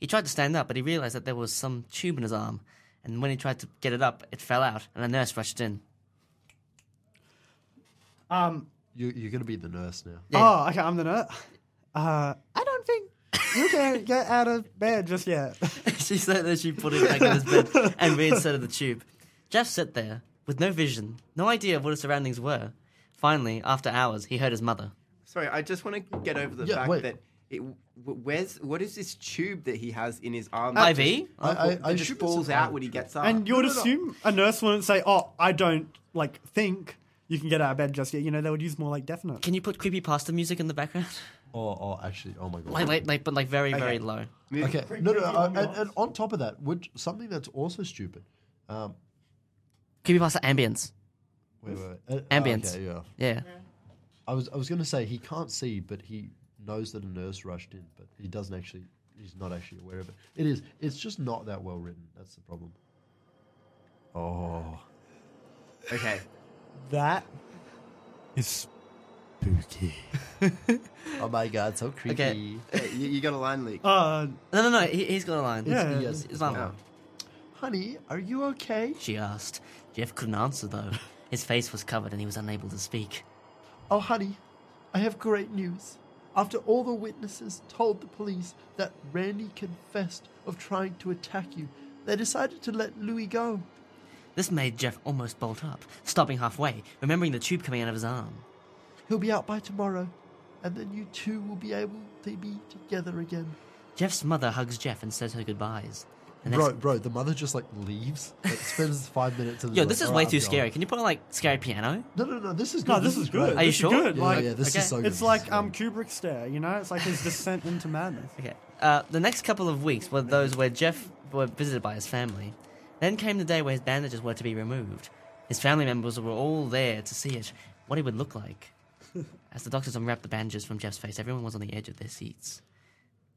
He tried to stand up, but he realized that there was some tube in his arm, and when he tried to get it up, it fell out, and a nurse rushed in. Um. you, you're going to be the nurse now. Yeah. Oh, okay. I'm the nut. Uh, I don't think you can get out of bed just yet. she said that she put it back in his bed and reinserted the tube. Jeff sat there with no vision, no idea of what his surroundings were. Finally, after hours, he heard his mother. Sorry, I just want to get over the Yeah, fact wait. that it. w- Where's what is this tube that he has in his arm? Ah. that just- Ivy? uh, I, I, that I just should falls survive. out when he gets up. And you would No, no, no. assume a nurse wouldn't say, "Oh, I don't like think you can get out of bed just yet." You know, they would use more like definite. Can you put creepy pasta music in the background? Oh, oh, actually, oh my god. like, like, like, but like very, very Okay. low. Move- Okay, no, no, uh, and, and on top of that, which something that's also stupid. Um, Creepy pasta ambience. wait, wait, wait. Uh, Ambience. okay, yeah. Yeah. I was I was going to say he can't see, but he knows that a nurse rushed in, but he doesn't actually. He's not actually aware of it. It is. It's just not that well written. That's the problem. Oh, Okay. That it's spooky. oh my god, so creepy. Okay. Hey, you, you got a line leak. uh, No, no, no. He, he's got a line. Yeah. Yes, His mum. No. honey, are you okay? She asked. Jeff couldn't answer though. His face was covered and he was unable to speak. Oh, honey, I have great news. After all the witnesses told the police that Randy confessed of trying to attack you, they decided to let Louis go. This made Jeff almost bolt up, stopping halfway, remembering the tube coming out of his arm. He'll be out by tomorrow, and then you two will be able to be together again. Jeff's mother hugs Jeff and says her goodbyes. The next- Bro, bro, the mother just like leaves, like, spends five minutes. And Yo, like, this is "All way right, too I'm gone." scary. Can you put on like scary piano? No, no, no, this is good. no, this is good. great. Are you This is sure? Good. Yeah, Like, yeah, this okay. is so good. it's like um Kubrick stare. You know, it's like his descent into madness. Okay. Uh, the next couple of weeks were those where Jeff were visited by his family. Then came the day where his bandages were to be removed. His family members were all there to see it, what he would look like. As the doctors unwrapped the bandages from Jeff's face, everyone was on the edge of their seats.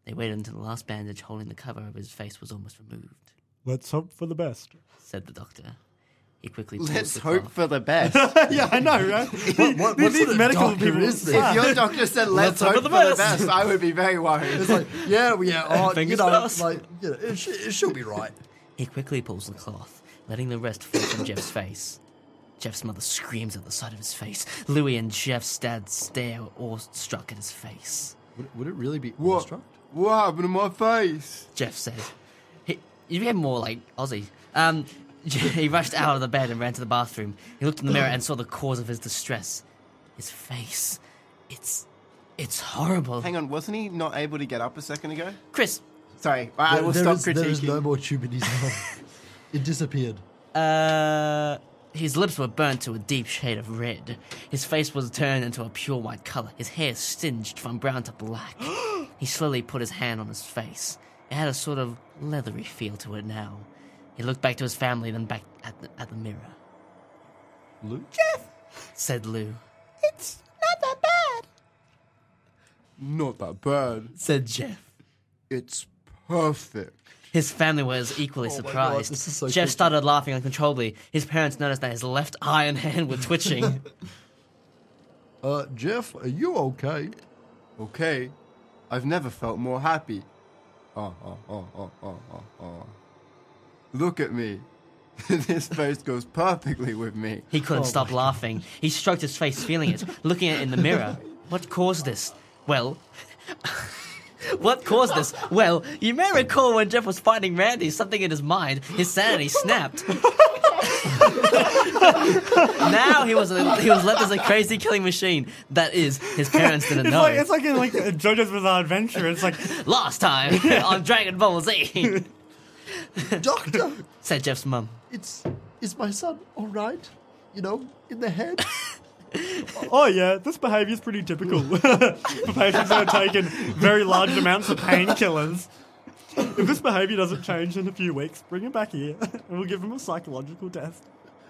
They waited until the last bandage holding the cover of his face was almost removed, Let's hope for the best. said the doctor. He quickly pulled Let's the hope cloth. for the best. yeah, I know, right? what- These- what these sort of medical doctor people. is this? Ah. if your doctor said let's, hope for the, best, I would be very worried. It's like, yeah, well, yeah, oh, you Fingers know, crossed. like, you know, it, sh- it should be right. He quickly pulls the cloth, letting the rest fall from Jeff's face. Jeff's mother screams at the sight of his face. Louis and Jeff's dad stare awestruck at his face. Would, would it really be What happened to my face? Jeff says, he, You became more like Aussie. Um, he rushed out of the bed and ran to the bathroom. He looked in the mirror and saw the cause of his distress. His face. It's. It's horrible. Hang on, wasn't he not able to get up a second ago? Chris, Sorry, I I will There- there stop is- critiquing. There is no more tube in his arm. it disappeared. Uh, his lips were burnt to a deep shade of red. His face was turned into a pure white color. His hair singed from brown to black. he slowly put his hand on his face. It had a sort of leathery feel to it now. He looked back to his family, then back at the, at the mirror. Luke? Jeff, said Lou. It's not that bad. Not that bad. Said Jeff. It's perfect. His family was equally Oh my surprised. God, this is so Jeff creepy. started laughing uncontrollably. His parents noticed that his left eye and hand were twitching. Uh, Jeff, are you okay? Okay. I've never felt more happy. Oh, oh, oh, oh, oh, oh, oh. Look at me. this face goes perfectly with me. he Oh couldn't stop laughing. He stroked his face, feeling it, looking at it in the mirror. What caused this? Well, what caused this? Well, you may recall when Jeff was fighting Randy, something in his mind, his sanity snapped. now he was he was left as a crazy killing machine. That is, his parents didn't It's know. like it's like in like JoJo's Bizarre Adventure. It's like Last time on Dragon Ball Z, Doctor, said Jeff's mum. it's is my son all right? You know, in the head. Oh yeah, this behaviour is pretty typical for patients that are taking very large amounts of painkillers. If this behaviour doesn't change in a few weeks, bring him back here and we'll give him a psychological test.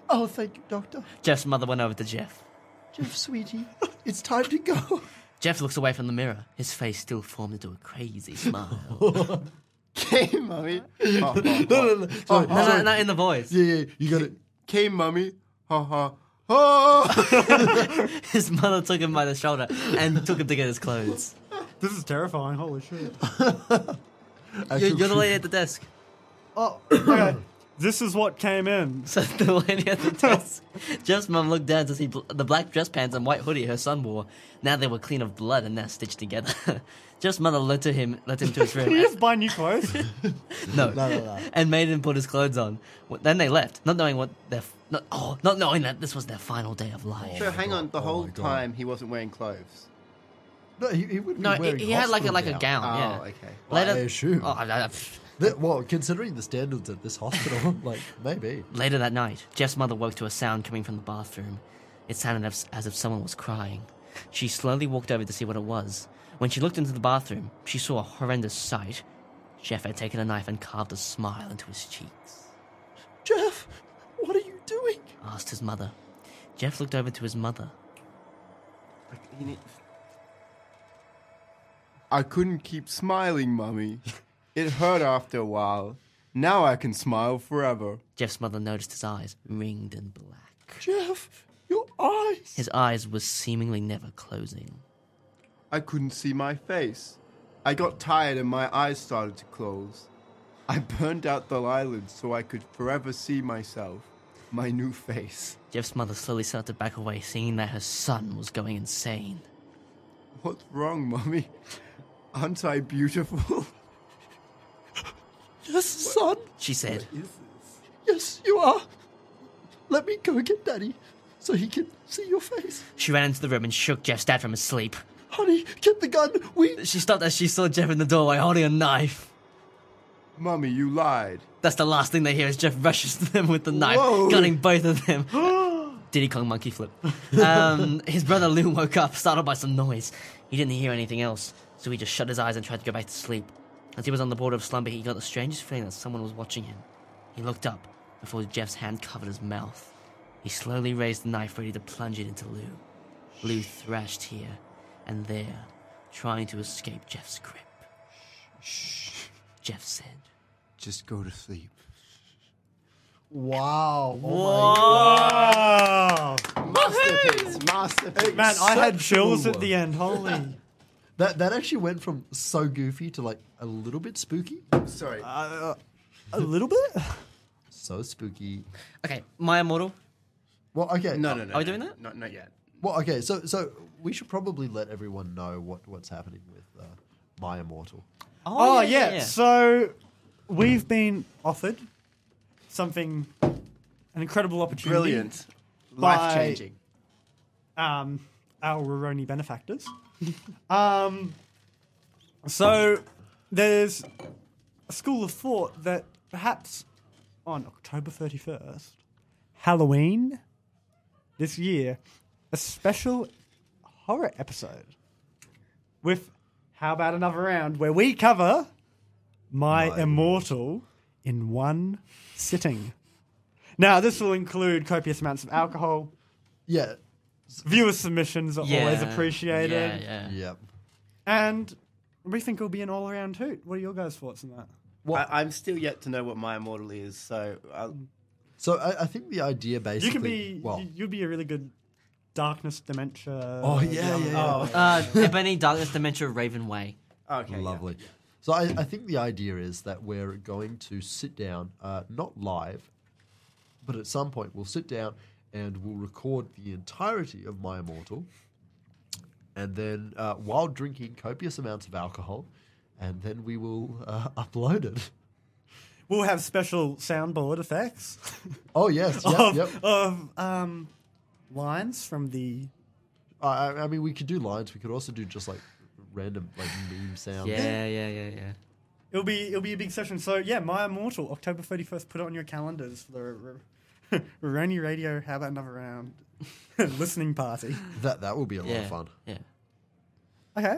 oh, thank you, Doctor. Jeff's mother went over to Jeff. Jeff, sweetie, it's time to go. Jeff looks away from the mirror, his face still formed into a crazy Oh. smile. Okay, mummy. Ha, ha, ha. no, no, no. Oh, Sorry, no, no, sorry. not in the voice. Yeah, yeah, you got it. Okay, mummy. Ha ha. ha. His mother took him by the shoulder and took him to get his clothes. This is terrifying, holy shit. You're, Actual you're the truth. lady at the desk. Oh, okay. This is what came in. So the lady at the desk. Jeff's mum looked down to see bl- the black dress pants and white hoodie her son wore. Now they were clean of blood and now stitched together. Jeff's mother led to him, led him to his Can you room. just buy new clothes? No. No, no, no. and made him put his clothes on. Wh- Then they left, not knowing what their f- not, oh, not knowing that this was their final day of life. So hang on, the Oh my whole God. time he wasn't wearing clothes. No, he, he wouldn't. No, be wearing he, he had like a, hospital like a gown. Oh, yeah. okay. I Later, assume. Oh, I- I- pff. That- well, considering the standards at this hospital, like maybe. later that night, Jeff's mother woke to a sound coming from the bathroom. It sounded as, as if someone was crying. She slowly walked over to see what it was. When she looked into the bathroom, she saw a horrendous sight. Jeff had taken a knife and carved a smile into his cheeks. Jeff, what are you doing? Asked his mother. Jeff looked over to his mother. Like, he need- I couldn't keep smiling, mummy. It hurt after a while. Now I can smile forever. Jeff's mother noticed his eyes, ringed and black. Jeff, your eyes. His eyes were seemingly never closing. I couldn't see my face. I got tired and my eyes started to close. I burned out the eyelids so I could forever see myself, my new face. Jeff's mother slowly started to back away, seeing that her son was going insane. What's wrong, mummy? Aren't I beautiful? Yes, son. She said, Yes, you are. Let me go get daddy so he can see your face. She ran into the room and shook Jeff's dad from his sleep. Honey, get the gun. We. She stopped as she saw Jeff in the doorway holding a knife. mummy, you lied. That's the last thing they hear as Jeff rushes to them with the knife, Whoa. cutting both of them. Diddy Kong monkey flip. Um, his brother Lou woke up, startled by some noise. He didn't hear anything else, so he just shut his eyes and tried to go back to sleep. As he was on the border of slumber, he got the strangest feeling that someone was watching him. He looked up before Jeff's hand covered his mouth. He slowly raised the knife, ready to plunge it into Lou. Lou thrashed here and there, trying to escape Jeff's grip. Jeff said. Just go to sleep. Wow. Oh Wow. masterpiece, masterpiece. Man, I had chills Sexual. at the end, holy. That that actually went from so goofy to like a little bit spooky. Sorry. Uh, A little bit? So spooky. Okay, my immortal. Well, okay. No, no, no. Are we no, doing that? Not, not yet. Well, okay. So so we should probably let everyone know what what's happening with uh, my immortal. Oh, yeah, So we've been offered something, an incredible opportunity. Brilliant. By- Life changing. Um, our Roroni benefactors. um, so there's a school of thought that perhaps on October 31st, Halloween, this year, a special horror episode with How About Another Round, where we cover My Immortal in one sitting. Now, this will include copious amounts of alcohol, Yeah. Viewer submissions are always Yeah, appreciated. Yeah, yeah. Yep. And we think it'll be an all around hoot. What are your guys' thoughts on that? I, I'm still yet to know what my immortal is, so uh, I'll, So I, I think the idea basically. You can be, well. you, you'd be a really good darkness dementia. Oh yeah, yeah, yeah. Uh, Ebony Darkness Dementia Raven Way. okay. yeah. Lovely. So I, I think the idea is that we're going to sit down, uh, not live, but at some point we'll sit down and we'll record the entirety of My Immortal, and then uh, while drinking copious amounts of alcohol, and then we will uh, upload it. We'll have special soundboard effects Oh yes, yep, of, yep. of um, lines from the. I, I- I mean, we could do lines. We could also do just like random like meme sounds. Yeah, yeah, yeah, yeah. It'll be it'll be a big session. So yeah, My Immortal, October thirty first. Put it on your calendars for the R- R- Rony Radio. How about another round listening party? That that will be a lot Yeah. of fun. Yeah. Okay.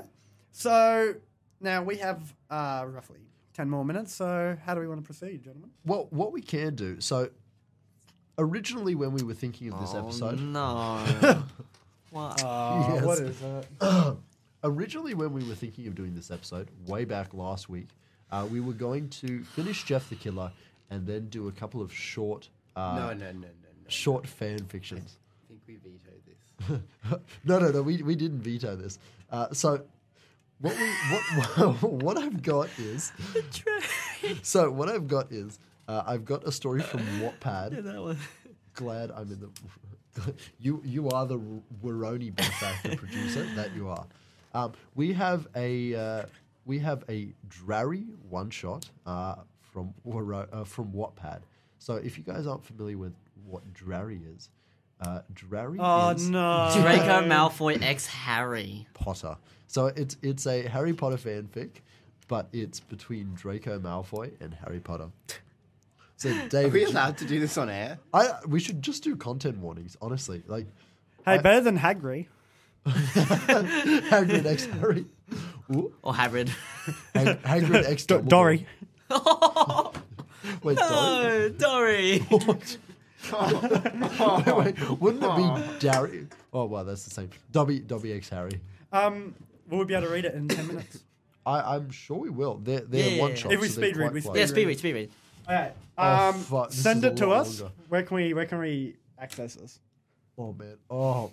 So now we have uh, roughly 10 more minutes. So how do we want to proceed, gentlemen? Well, what we can do. So, originally when we were thinking of this Oh, episode, No. what? Yes. what Uh, is that? originally when we were thinking of doing this episode way back last week, uh, we were going to finish Jeff the Killer and then do a couple of short, uh, No, no, no, no, no. short fan fictions. I think we vetoed this. no, no, no. We, we didn't veto this. Uh, so what we what what I've got is so what I've got is uh, I've got a story from Wattpad. that one. glad I'm in the. you you are the Waroni benefactor producer that you are. Um, we have a uh, we have a Drarry one shot uh, from Waro- uh, from Wattpad. So if you guys aren't familiar with what Drarry is, uh, Drarry Oh, is no. Draco Malfoy ex Harry. Potter. So it's it's a Harry Potter fanfic, but it's between Draco Malfoy and Harry Potter. So Are David, we allowed to do this on air? I we should just do content warnings. Honestly, like Hey, better than Hagri. Hagrid X Harry. Ooh, Or Hagrid. Hag- Hagrid X D- Dumbledore. Dory. Wait, Dory? oh, Dory. Wait, wait, wouldn't it be Darry? Oh, wow, that's the same. Dobby, Dobby X Harry. Um, will we be able to read it in 10 minutes? I, I'm sure we will. They're, they're Yeah, yeah, one yeah. shot. If we speed read, we speed yeah, speed read, speed read. All right. Oh, Um, fuck, this send is a it to lot us. longer. Where can we Where can we access this? Oh, man. Oh,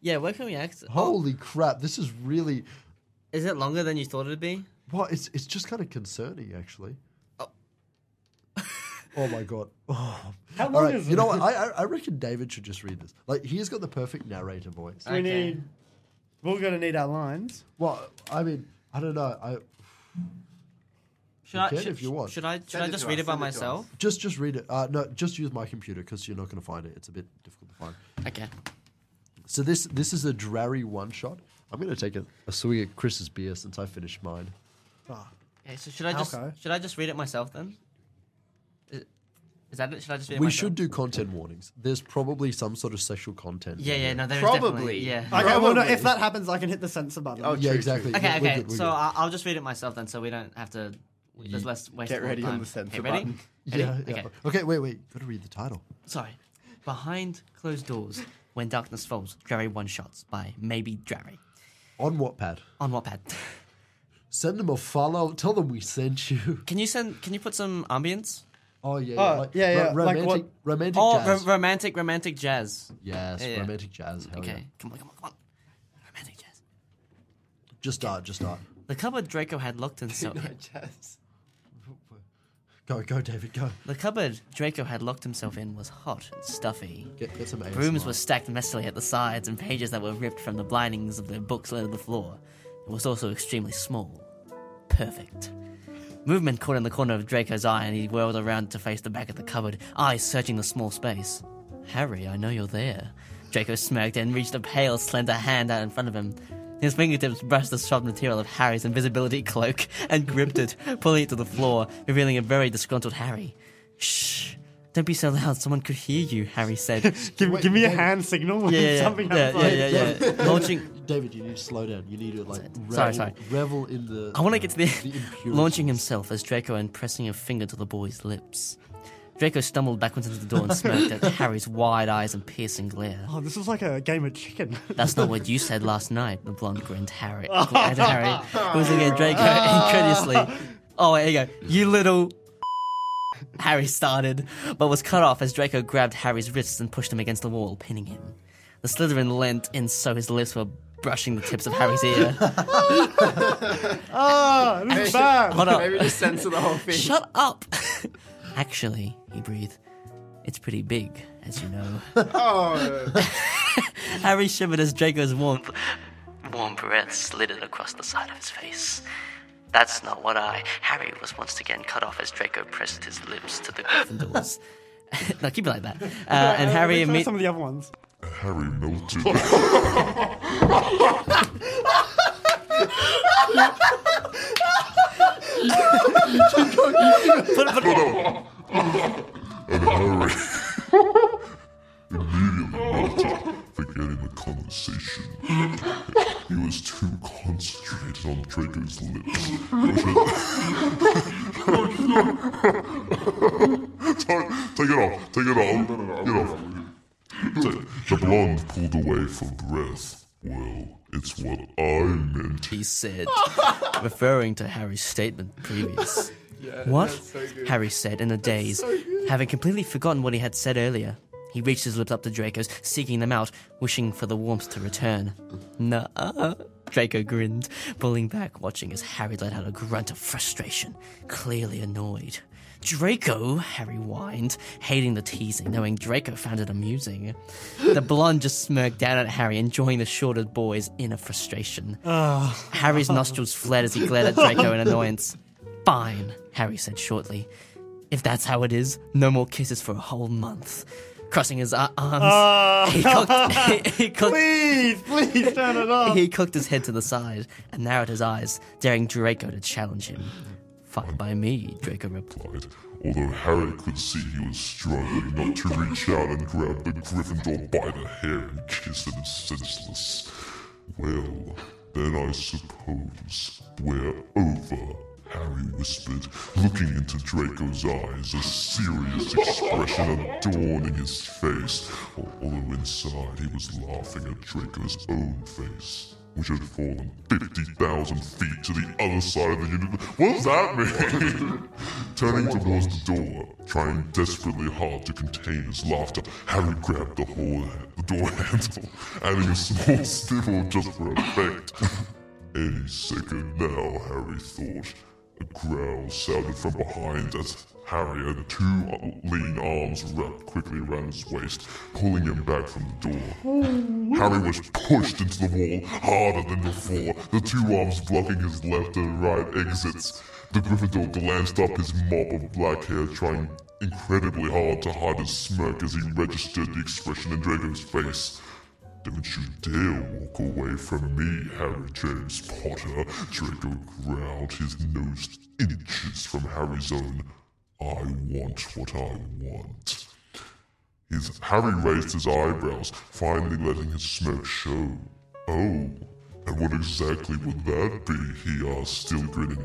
Yeah, where can we access? Oh, holy crap. This is really. is it longer than you thought it'd be? Well, it's, it's just kind of concerning, actually. Oh, my God. Oh. How long All right, is you it? know what? I, I- I reckon David should just read this. Like, he's got the perfect narrator voice. we Okay. need. We're going to need our lines. Well, I mean, I don't know. I Should I? can Should, if you want. Should I? Should Send I it just to read us, it by send it to myself? Just just read it. Uh, no, just use my computer because you're not going to find it. It's a bit difficult to find. Okay. So this this is a Drarry one shot. I'm going to take a, a swig at Chris's beer since I finished mine. Okay. So should I just? Okay. Should I just read it myself then? Is, is that it? Should I just read it we myself? should do content warnings. There's probably some sort of sexual content. Yeah, in yeah. here. No, there's Probably. definitely. Yeah. Okay, well, no, Probably. if that happens, I can hit the censor button. Oh, yeah, true, exactly. Okay. We're- we're Okay. good, we're So good. I- I'll just read it myself then, so we don't have to. There's less waste. Get of ready on time. the censor Okay, ready? button. Ready? yeah, yeah. Okay. Okay. wait, wait. Got to read the title. Sorry. Behind closed doors, when darkness falls, Drarry one shots by maybe Drarry On Wattpad. on Wattpad. Send them a follow. Tell them we sent you. Can you send? Can you put some ambience? Oh yeah, yeah, Oh, like, yeah, yeah, like romantic, what- romantic Oh, jazz. ro- romantic, romantic jazz. yes, yeah. romantic jazz. Hell Okay, yeah. come on, come on, come on. Romantic jazz. Just start. Just start. The cupboard Draco had locked and so. Just- Go, go, David. Go. the cupboard Draco had locked himself in was hot and stuffy. Get, get some. Rooms ASMR. were stacked messily at the sides, and pages that were ripped from the blindings of the books lay on the floor. It was also extremely small. Perfect. Movement caught in the corner of Draco's eye, and he whirled around to face the back of the cupboard, eyes searching the small space. Harry, I know you're there. Draco smirked and reached a pale, slender hand out in front of him. His fingertips brushed the soft material of Harry's invisibility cloak and gripped it, pulling it to the floor, revealing a very disgruntled Harry. Shh. Don't be so loud, someone could hear you, Harry said, give, Wait, give me a wait. hand signal when yeah, yeah, something yeah, happens. yeah, yeah, yeah. launching. David, you need to slow down. You need to like revel, Sorry, sorry. revel in the. I want to get to the, impurities. launching himself as Draco and pressing a finger to the boy's lips. Draco stumbled backwards into the door and smirked at Harry's wide eyes and piercing glare. Oh, this is like a game of chicken. That's not what you said last night, the blonde grinned Harry. At Harry, who was looking at Draco incredulously. Oh, wait, here you go. You little. Harry started, but was cut off as Draco grabbed Harry's wrists and pushed him against the wall, pinning him. The Slytherin leant in so his lips were brushing the tips of Harry's ear. Ah, this is bad. Hold up. Maybe just censor the whole thing. Shut up! Actually, he breathed, it's pretty big, as you know. Harry shivered as Draco's warmth, warm breath slitted across the side of his face. That's not what I. Harry was once again cut off as Draco pressed his lips to the Gryffindors. no, keep it like that. Uh, and Harry Try imme- some of the other ones. Harry melted. put, put, and Harry immediately melted, forgetting the conversation. He was too concentrated on Draco's lips. Sorry, take it off, take it off, get off. The blonde pulled away for breath. Well, it's what I meant. he said, referring to Harry's statement previous. what? Harry said in a daze, having completely forgotten what he had said earlier. He reached his lips up to Draco's, seeking them out, wishing for the warmth to return. Nuh-uh. Draco grinned, pulling back, watching as Harry let out a grunt of frustration, clearly annoyed. Draco, Harry whined, hating the teasing, knowing Draco found it amusing. The blonde just smirked down at Harry, enjoying the shorter boy's inner frustration. Harry's nostrils flared as he glared at Draco in annoyance. Fine, Harry said shortly. If that's how it is, no more kisses for a whole month. Crossing his ar- arms, he cocked, he, he cocked, Uh, Please, please turn it off. he cocked his head to the side and narrowed his eyes, daring Draco to challenge him. Fine by me, Draco replied. replied, although Harry could see he was struggling not to reach out and grab the Gryffindor by the hair and kiss it senseless. Well, then I suppose we're over, Harry whispered, looking into Draco's eyes, a serious expression adorning his face, although inside he was laughing at Draco's own face. Which had fallen 50,000 feet to the other side of the universe. What does that mean? Turning towards the door, trying desperately hard to contain his laughter, Harry grabbed the whole the door handle, adding a small snivel just for effect. Any second now, Harry thought. A growl sounded from behind as Harry had two lean arms wrapped quickly around his waist, pulling him back from the door. Harry was pushed into the wall harder than before, the two arms blocking his left and right exits. The Gryffindor glanced up his mop of black hair, trying incredibly hard to hide his smirk as he registered the expression in Draco's face. Don't you dare walk away from me, Harry James Potter. Draco growled, his nose inches from Harry's own. I want what I want. His Harry raised his eyebrows, finally letting his smirk show. Oh, and what exactly would that be? he asked, still grinning.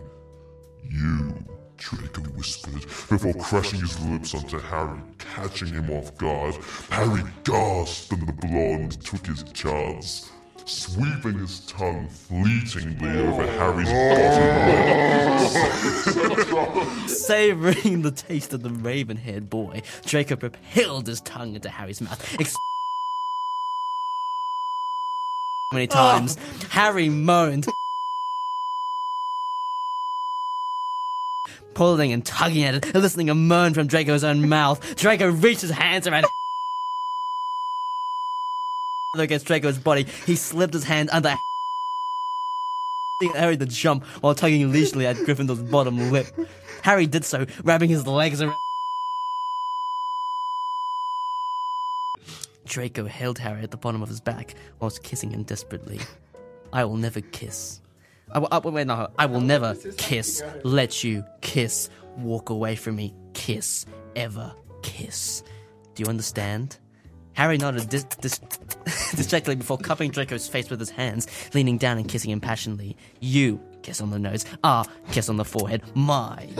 You, Draco whispered, before crashing his lips onto Harry, catching him off guard. Harry gasped, and the blonde took his chance, sweeping his tongue fleetingly over Harry's bottom lip. Savoring the taste of the raven haired boy, Draco propelled his tongue into Harry's mouth. Ex- many times, Harry moaned. Pulling and tugging at it, eliciting a moan from Draco's own mouth. Draco reached his hands around against Draco's body. He slipped his hand under Harry to jump while tugging leisurely at Gryffindor's bottom lip. Harry did so, wrapping his legs around. Draco held Harry at the bottom of his back whilst kissing him desperately. I will never kiss. I will, I, wait, wait, no, I will never kiss, let you kiss, walk away from me, kiss, ever kiss. Do you understand? Harry nodded dis- dis- distractedly before cupping Draco's face with his hands, leaning down and kissing him passionately. You, kiss on the nose. Ah, kiss on the forehead. Mine.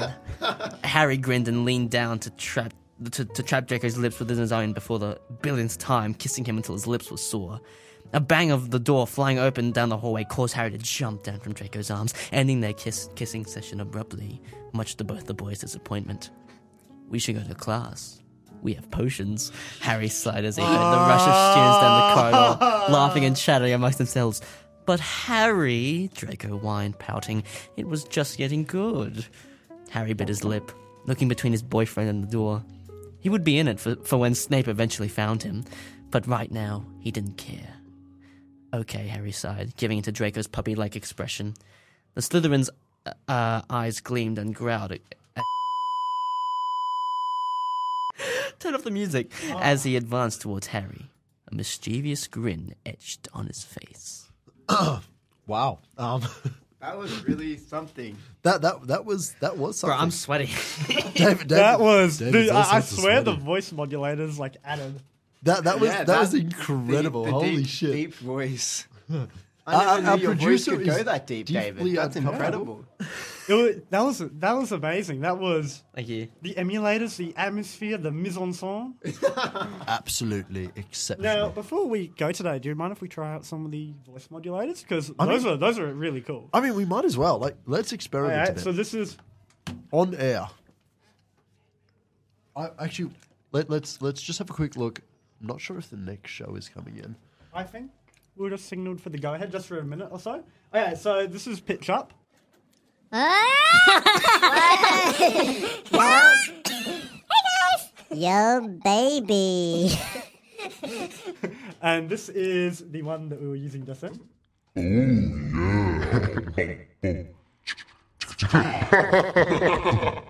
Harry grinned and leaned down to trap to, to trap Draco's lips within his own before the billionth time, kissing him until his lips were sore. A bang of the door flying open down the hallway caused Harry to jump down from Draco's arms, ending their kiss, kissing session abruptly, much to both the boys' disappointment. We should go to class. We have potions. Harry sighed as he heard the rush of students down the corridor, laughing and chattering amongst themselves. But Harry, Draco whined, pouting, it was just getting good. Harry bit his lip, looking between his boyfriend and the door. He would be in it for, for when Snape eventually found him, but right now he didn't care. Okay, Harry sighed, giving into Draco's puppy like expression. The Slytherin's uh, uh, eyes gleamed and growled uh, at. at- Turn off the music as he advanced towards Harry, a mischievous grin etched on his face. Wow. Um, That was really something. that that that was that was something. Bro, I'm sweating. David- David- That was. David's Dude, all I, I sorts of swear the sweaty. voice modulators like added. that that was Yeah, that, that- was incredible. The deep- Holy deep- shit. Deep voice. Our- I never our knew your voice producer could is go that deep, deeply David. That's uncomfortable. incredible. It was, that was that was amazing. That was Thank you. the emulators, the atmosphere, the mise en scène. Absolutely exceptional. Now, before we go today, do you mind if we try out some of the voice modulators? Because I those mean- are those are really cool. I mean, we might as well. Like, let's experiment a Alright, bit. so this is on air. I actually let, let's let's just have a quick look. I'm not sure if the next show is coming in. I think we were just signaled for the go ahead just for a minute or so. Okay, so this is pitch up. Yo, baby. And this is the one that we were using just then. L-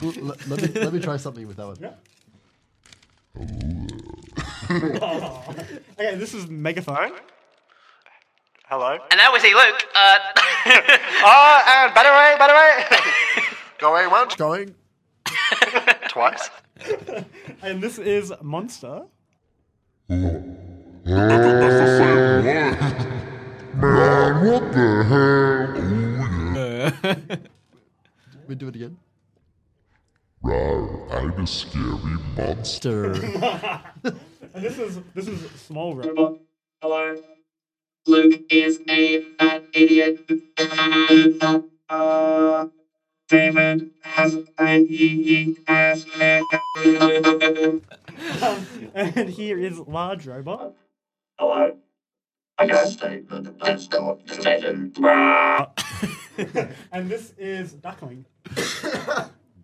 l- let, me, let me try something with that one. Yeah. Okay, this is megaphone. Hello. And that was he, Luke. Uh, Going once, going twice. And this is monster. Man, what the hell? We do it again. Rawr, I'm a scary monster. Stir. And this is this is small robot. Hello. Luke is a fat idiot. Uh, David has a unique ass hair. And here is large robot. Hello. I got a statement that's not stated. Bruh. And this is duckling.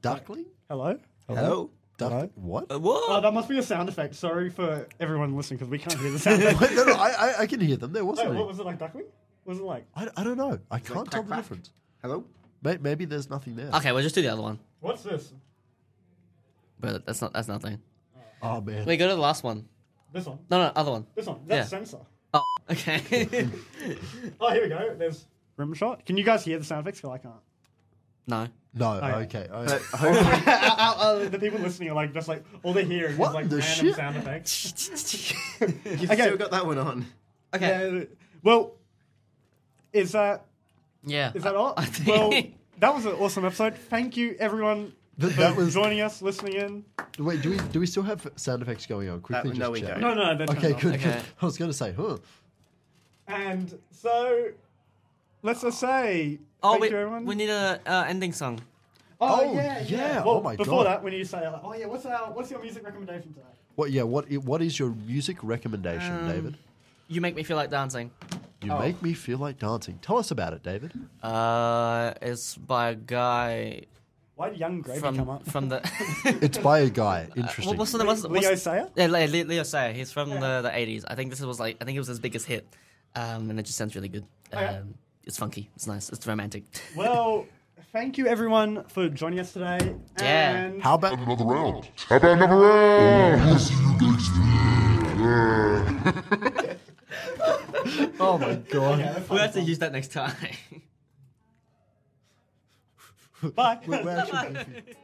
Duckling? Hello. Hello? Duck- Hello? What? Oh, that must be a sound effect. Sorry for everyone listening because we can't hear the sound effect. Wait, no, no, I, I, I can hear them. There Wait, wasn't any. what was it like duckling? What was it like? I, I don't know. I can't tell the quack, quack. difference. Hello? May, maybe there's nothing there. okay, we'll just do the other one. What's this? But that's not that's nothing. Oh, man. Wait, go to the last one. This one. No, no, other one. This one. That's Yeah. sensor. Oh, okay. Oh, here we go. There's rim shot. Can you guys hear the sound effects? Because I can't. no. No, right. okay. I- But hopefully, Uh, uh, the people listening are like just like all they're hearing is What like the random shit? sound effects. you've Okay. still got that one on. Okay. yeah. Well, is that Yeah. is that all? I think- Well, that was an awesome episode. Thank you everyone Th- for that was- joining us, listening in. Wait, do we do we still have sound effects going on? Quickly, no, just we check. don't. No, no, they're Okay, turned off. good. good. Okay. I was going to say, huh? And so, let's just say Oh, thank we, you, everyone. we need a uh, ending song. Oh, yeah. Well, Oh my before God. that, we need to say, like, oh yeah, what's our what's your music recommendation today? What? Yeah. What? i- What is your music recommendation, David? You make me feel like dancing. You make me feel like dancing. Tell us about it, David. Uh, it's by a guy Why did Young Gravy come from up? from the. It's by a guy. Interesting. what, what's the name? What's, the- what's, Leo Sayer. Yeah, Le- Le- Leo Sayer. He's from the the eighties. I think this was like I think it was his biggest hit, um, and it just sounds really good. Okay. Um, it's funky. It's nice. It's romantic. Well, thank you everyone for joining us today. Yeah. And How about? Another round. How about another round? We'll see you next week. Yeah. Oh my god. we'll have to use that next time. bye. We're actually-